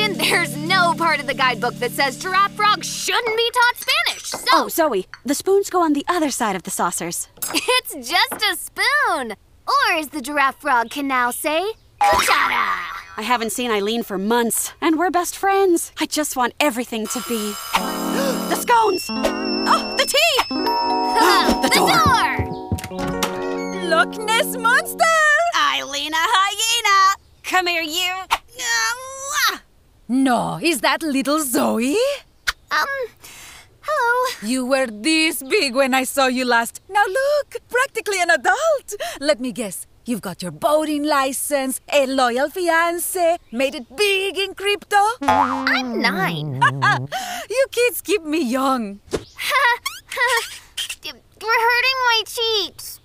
There's no part of the guidebook that says giraffe frogs shouldn't be taught Spanish, so Oh, Zoe, the spoons go on the other side of the saucers. it's just a spoon. Or as the giraffe frog can now say, cuchara. I haven't seen Eileen for months, and we're best friends. I just want everything to be. the scones! Oh, the tea! the, door. Loch Ness Monster! Eileen, a hyena! Come here, you! No, is that little Zoe? Um, hello. You were this big when I saw you last. Now look, practically an adult. Let me guess. You've got your boating license, a loyal fiance, made it big in crypto. I'm nine. You kids keep me young. We're hurting my cheeks.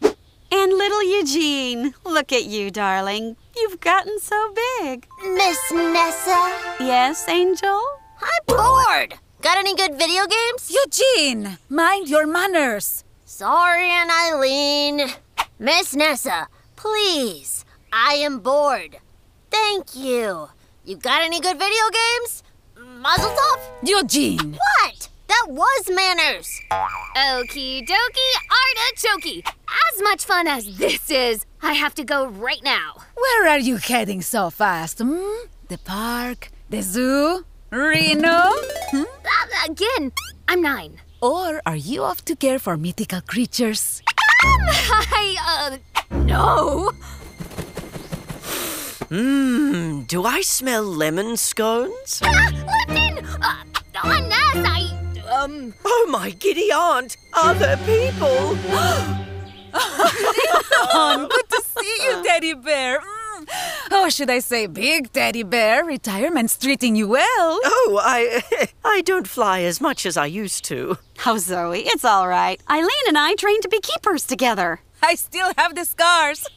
And little Eugene, look at you, darling. You've gotten so big. Miss Nessa, Yes, Angel? I'm bored. Got any good video games? Eugene, mind your manners. Sorry, and Eileen. Miss Nessa, please. I am bored. Thank you. You got any good video games? Muzzle top? Eugene. What? That was manners. Okie dokie artichoke. As much fun as this is, I have to go right now. Where are you heading so fast? Hmm? The park? The zoo? Reno? Hmm? Uh, again, I'm nine. Or are you off to care for mythical creatures? I, uh, no. Mmm, do I smell lemon scones? Ah, Lipton! Uh, unless I, um, Oh, my giddy aunt! Other people! Oh, good to see you, teddy bear. Mm. Oh, should I say big teddy bear? Retirement's treating you well. Oh, I. I don't fly as much as I used to. Oh, Zoe, it's all right. Eileen and I trained to be keepers together. I still have the scars.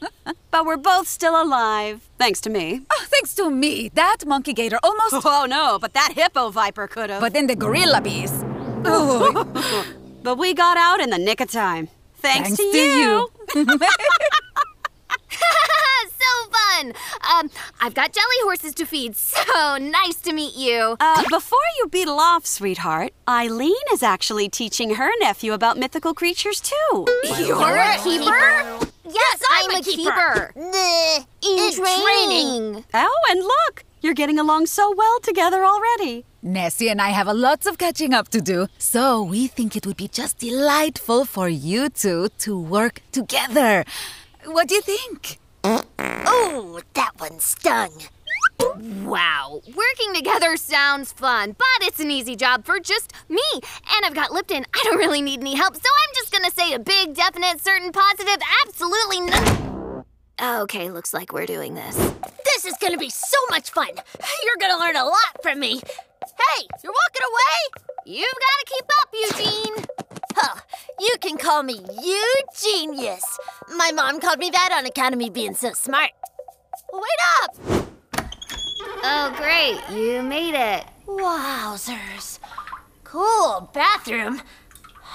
But we're both still alive, thanks to me. Oh, thanks to me, that monkey gator almost. Oh, no, but that hippo viper could have. But then the gorilla bees. Oh, But we got out in the nick of time. Thanks, to, you. so fun. Um, I've got jelly horses to feed, so nice to meet you. Uh, before you beetle off, sweetheart, Eileen is actually teaching her nephew about mythical creatures, too. You're a keeper? Yes, I'm, a keeper. Bleh. In, training. Oh, and look, you're getting along so well together already. Nessie and I have a lots of catching up to do, so we think it would be just delightful for you two to work together. What do you think? Oh, that one stung. Wow, working together sounds fun, but it's an easy job for just me. And I've got Lipton. I don't really need any help, so I'm just gonna say a big, definite, certain, positive, absolutely no. Okay, looks like we're doing this. This is gonna be so much fun. You're gonna learn a lot from me. Hey, you're walking away? You've gotta keep up, Eugene. Huh, you can call me you genius. My mom called me that on account of me being so smart. Wait up! Oh, great, you made it. Wowzers. Cool bathroom.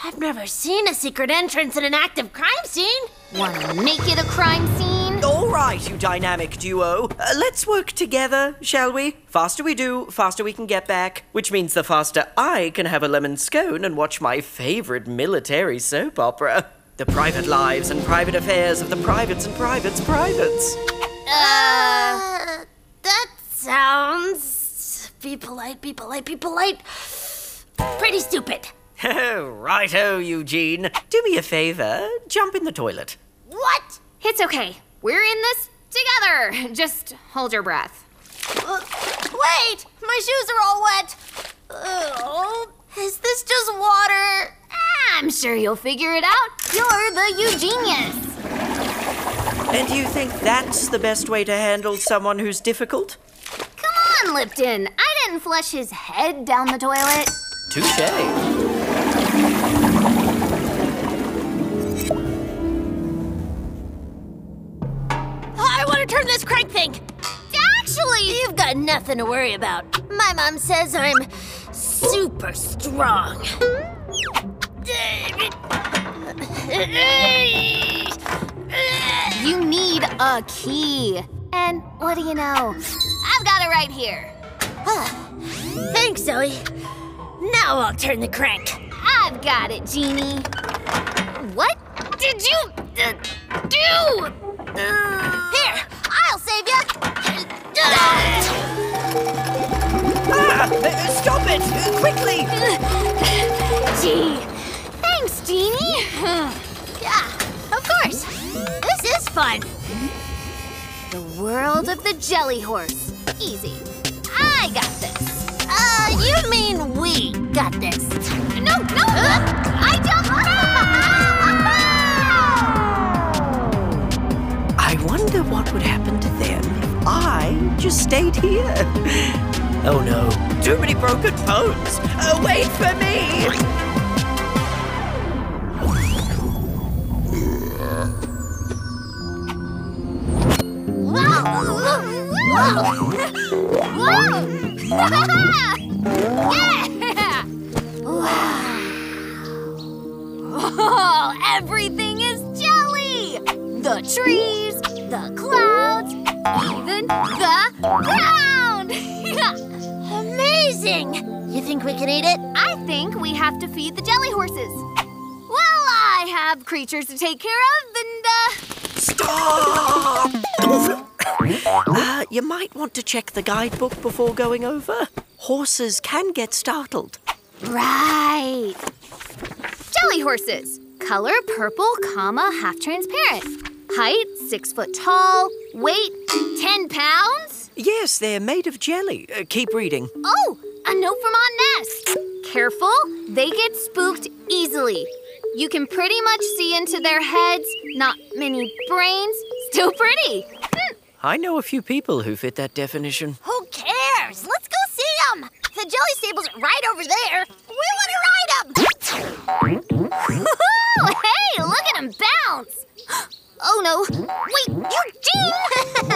I've never seen a secret entrance in an active crime scene. Wanna make it a crime scene? All right, you dynamic duo. Uh, let's work together, shall we? Faster we do, faster we can get back, which means the faster I can have a lemon scone and watch my favorite military soap opera. The private lives and private affairs of the privates and privates' privates. Uh, that sounds. Be polite, be polite, be polite. Pretty stupid. Oh, righto, Eugene. Do me a favor, jump in the toilet. What? It's okay. We're in this together. Just hold your breath. Uh, wait! My shoes are all wet. Oh, is this just water? I'm sure you'll figure it out. You're the Eugenius. And you think that's the best way to handle someone who's difficult? Come on, Lipton. I didn't flush his head down the toilet. Touche. I want to turn this crank thing. Actually, you've got nothing to worry about. My mom says I'm super strong. You need a key. And what do you know? I've got it right here. Ah, Thanks, Zoe. Now I'll turn the crank. I've got it, Genie. What did you uh, do? Uh, Here, I'll save you. Ah! Uh, stop it! Uh, Quickly! Gee, thanks, Genie. Yeah, of course. This is fun. The world of the jelly horse. Easy. I got this. Uh, you mean we got this. No, no, look! I jumped back! I wonder what would happen to them if I just stayed here. Oh no, too many broken bones! Uh, wait for me! Whoa! Whoa! yeah! Wow! Oh, everything is jelly! The trees, the clouds, even the ground! Amazing! You think we can eat it? I think we have to feed the jelly horses. Well, I have creatures to take care of, and uh, Stop! uh, you might want to check the guidebook before going over. Horses can get startled. Right. Jelly horses. Color purple, comma, half transparent. Height, six foot tall. Weight, 10 pounds. Yes, they're made of jelly. Uh, keep reading. Oh, a note from Aunt Nest. Careful, they get spooked easily. You can pretty much see into their heads. Not many brains. Still pretty. Hmm. I know a few people who fit that definition. Who cares? Let's go see them. The jelly stable's right over there. We want to ride them. Oh, hey, look at them bounce. Oh, no. Wait,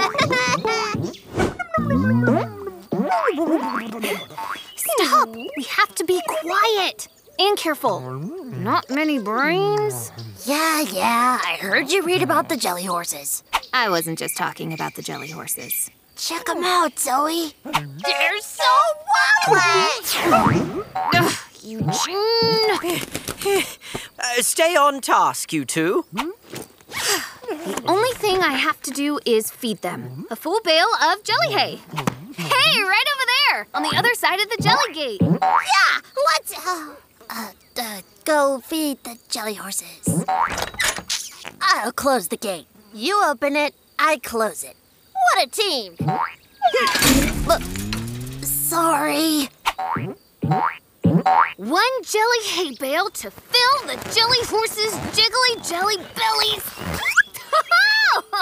Eugene! Stop. We have to be quiet and careful. Not many brains. Yeah, yeah. I heard you read about the jelly horses. I wasn't just talking about the jelly horses. Check them out, Zoe. They're so wobbly. Eugene! Uh, stay on task, you two. Only thing I have to do is feed them a full bale of jelly hay. Hey, right over there, on the other side of the jelly gate. yeah, let's uh, uh, uh, go feed the jelly horses. I'll close the gate. You open it. I close it. What a team! Look, sorry. One jelly hay bale to fill the jelly horse's jiggly jelly bellies.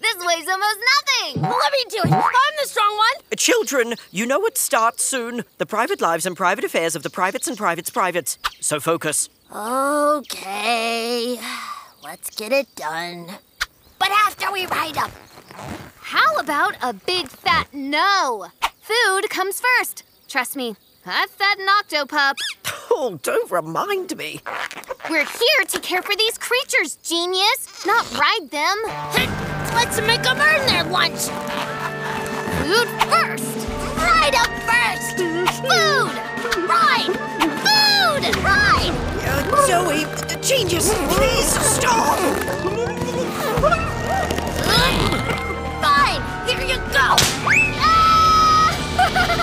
this weighs almost nothing. Let me do it. I'm the strong one. Uh, Children, you know it starts soon. The private lives and private affairs of the privates and privates' privates. So focus. Okay, let's get it done. But after we ride up, How about a big fat no? Food comes first. Trust me, I've fed an octopup. Oh, don't remind me. We're here to care for these creatures, genius, not ride them. let's make them earn their lunch. Food first. Ride up first. Food. Ride. Food. Ride. Uh, Zoe, uh, genius, please stop! Fine. Here you go. Ah!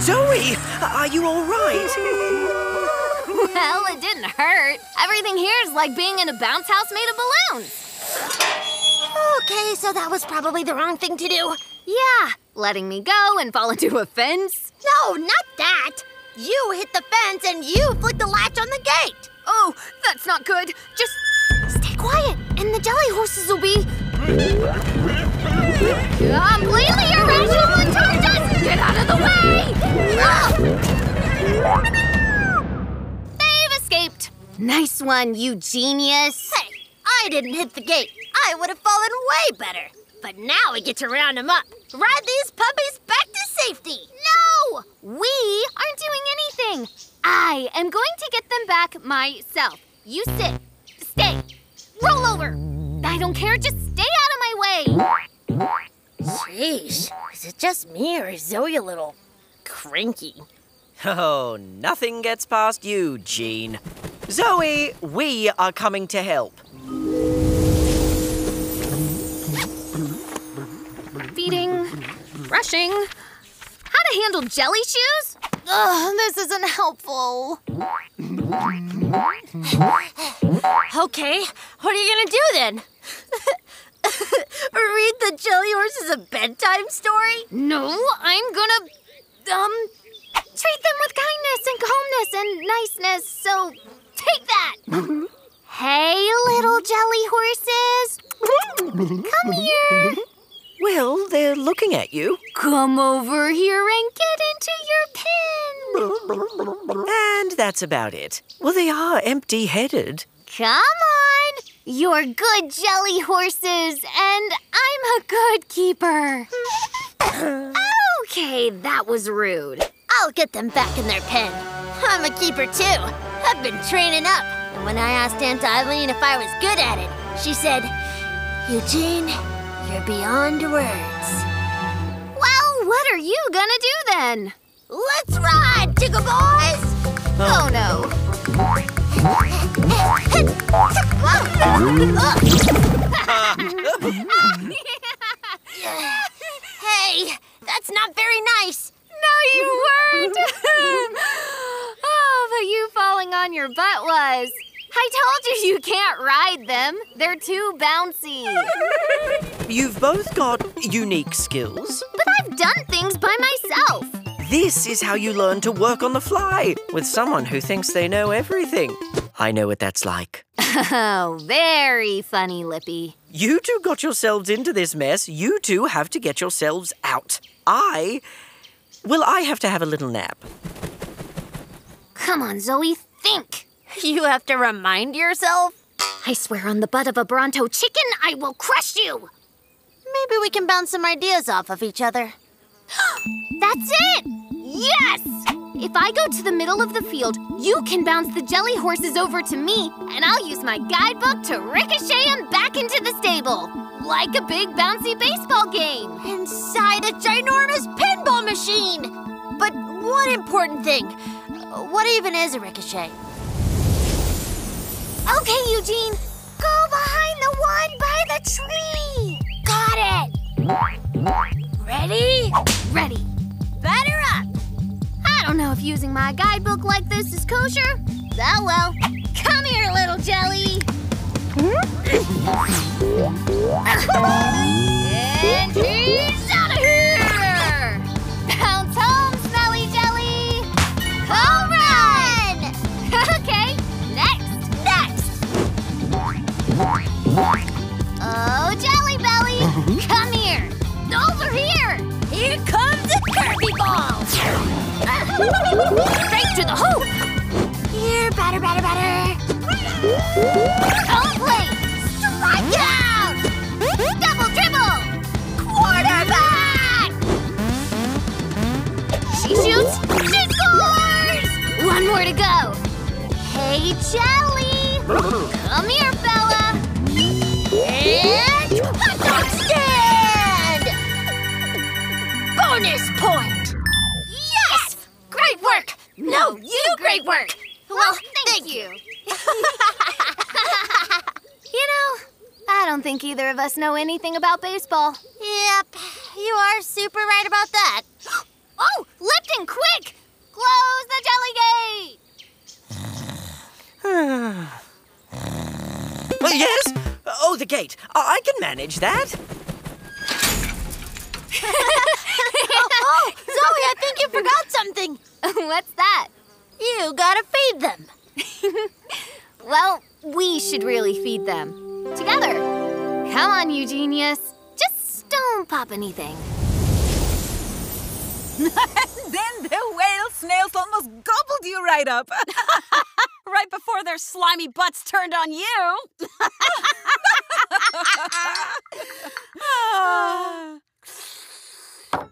Zoe, are you all right? Well, it didn't hurt. Everything here is like being in a bounce house made of balloons. Okay, so that was probably the wrong thing to do. Yeah, letting me go and fall into a fence. No, not that. You hit the fence and you flicked the latch on the gate. Oh, that's not good. Just stay quiet, and the jelly horses will be completely irrational and charge us. Get out of the way! They've escaped. Nice one, you genius. Hey, I didn't hit the gate. I would have fallen way better. But now we get to round them up. Ride these puppies back to safety. No, we aren't doing anything. I am going to get them back myself. You sit, stay, roll over. I don't care. Just stay out of my way. Sheesh. Is it just me or is Zoe a little cranky? Oh, nothing gets past you, Jean. Zoe, we are coming to help. Feeding, brushing. How to handle jelly shoes? Ugh, this isn't helpful. Okay, what are you gonna do then? Read the Jelly Horse is a bedtime story? No, I'm gonna, um, treat them with kindness and calmness and niceness, so take that! hey, little jelly horses! Come here! Well, they're looking at you. Come over here and get into your pen! And that's about it. Well, they are empty headed. Come on! You're good jelly horses, and I'm a good keeper! okay, that was rude. I'll get them back in their pen. I'm a keeper too. I've been training up. And when I asked Aunt Eileen if I was good at it, she said, Eugene, you're beyond words. Well, what are you gonna do then? Let's ride, Tickle Boys! Oh no. Oh. Hey, that's not very nice. No, you weren't. oh, but you falling on your butt was. I told you you can't ride them. They're too bouncy. You've both got unique skills. But I've done things by myself. This is how you learn to work on the fly with someone who thinks they know everything. I know what that's like. Oh, very funny, Lippy. You two got yourselves into this mess. You two have to get yourselves out. I. Well, I have to have a little nap. Come on, Zoe, think. You have to remind yourself. I swear on the butt of a Bronto chicken, I will crush you. Maybe we can bounce some ideas off of each other. That's it! Yes! If I go to the middle of the field, you can bounce the jelly horses over to me, and I'll use my guidebook to ricochet them back into the stable. Like a big bouncy baseball game. Inside a ginormous pinball machine! But one important thing what even is a ricochet? Okay, Eugene, go behind the one by the tree. Got it. Ready? Ready. Batter up! I don't know if using my guidebook like this is kosher. Oh well. Come here, little jelly. and he's out of here. Bounce home, smelly jelly. Home run. okay, next, next. Oh, jelly belly, come here. Over here. Here comes a Kirby ball! Straight to the hoop. Here, batter, batter, batter! Complete! Strike out! Double dribble! Quarterback! She shoots, she scores! One more to go. Hey, Jelly! Come here, Bella! And hot dog stand! Bonus point! Yes! Great work! No, you great work! Well, thank you. You know, I don't think either of us know anything about baseball. Yep, you are super right about that. Oh, Lipton, quick! Close the jelly gate! Uh, Yes? Oh, the gate. I I can manage that. Oh, Zoe, I think you forgot something. What's that? You gotta feed them. Well, we should really feed them. Together. Come on, you genius. Just don't pop anything. Then the whale snails almost gobbled you right up. Right before their slimy butts turned on you. Oh.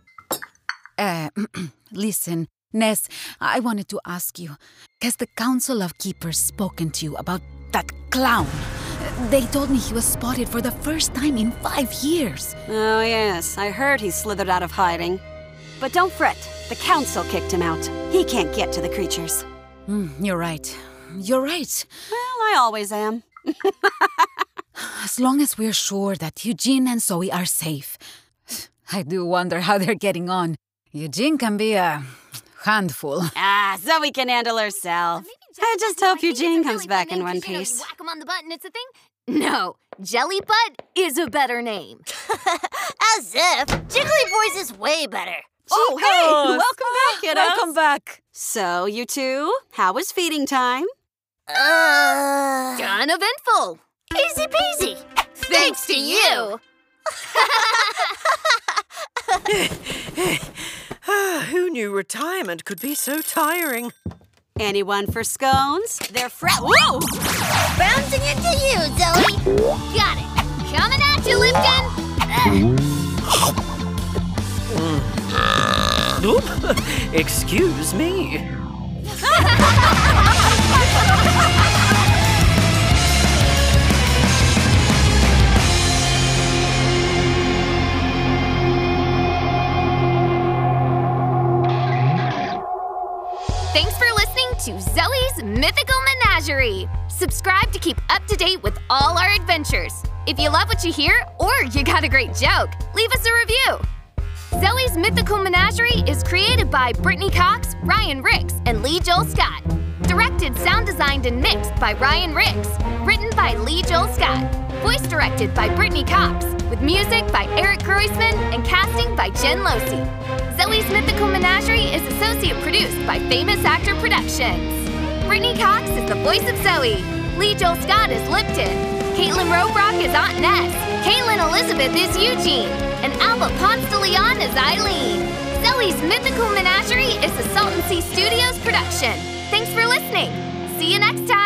Uh, listen, Ness, I wanted to ask you Has the Council of Keepers spoken to you about that clown? They told me he was spotted for the first time in five years. Oh, yes, I heard he slithered out of hiding. But don't fret, the council kicked him out. He can't get to the creatures. You're right. You're right. Well, I always am. As long as we're sure that Eugene and Zoe are safe. I do wonder how they're getting on. Eugene can be a handful. Ah, Zoe can handle herself. I just hope Eugene comes back in one piece. whack him on the butt and it's a thing? No, Jelly Butt is a better name. As if. Jiggly Boys is way better. Oh, hey! Welcome back, kiddos. oh, Welcome back. So, you two, how was feeding time? Uh, Uneventful. easy peasy. Thanks to you. Who knew retirement could be so tiring? Anyone for scones? They're fresh. Whoa! Bouncing into you, Zoe. Got it. Coming at you, Lipton. Oop. Excuse me. Thanks for listening to Zoe's Mythical Menagerie. Subscribe to keep up to date with all our adventures. If you love what you hear or you got a great joke, leave us a review. Zoe's Mythical Menagerie is created by Brittany Cox, Ryan Ricks, and Lee Joel Scott. Directed, sound designed, and mixed by Ryan Ricks. Written by Lee Joel Scott. Voice directed by Brittany Cox. With music by Eric Groisman and casting by Jen Losey. Zoe's Mythical Menagerie is associate produced by Famous Actor Productions. Brittany Cox is the voice of Zoe. Lee Joel Scott is Lipton. Caitlin Robrock is Aunt Ness. Caitlin Elizabeth is Eugene. And Alba Ponce de Leon is Eileen. Zoe's Mythical Menagerie is a Salton Sea Studios production. Thanks for listening. See you next time.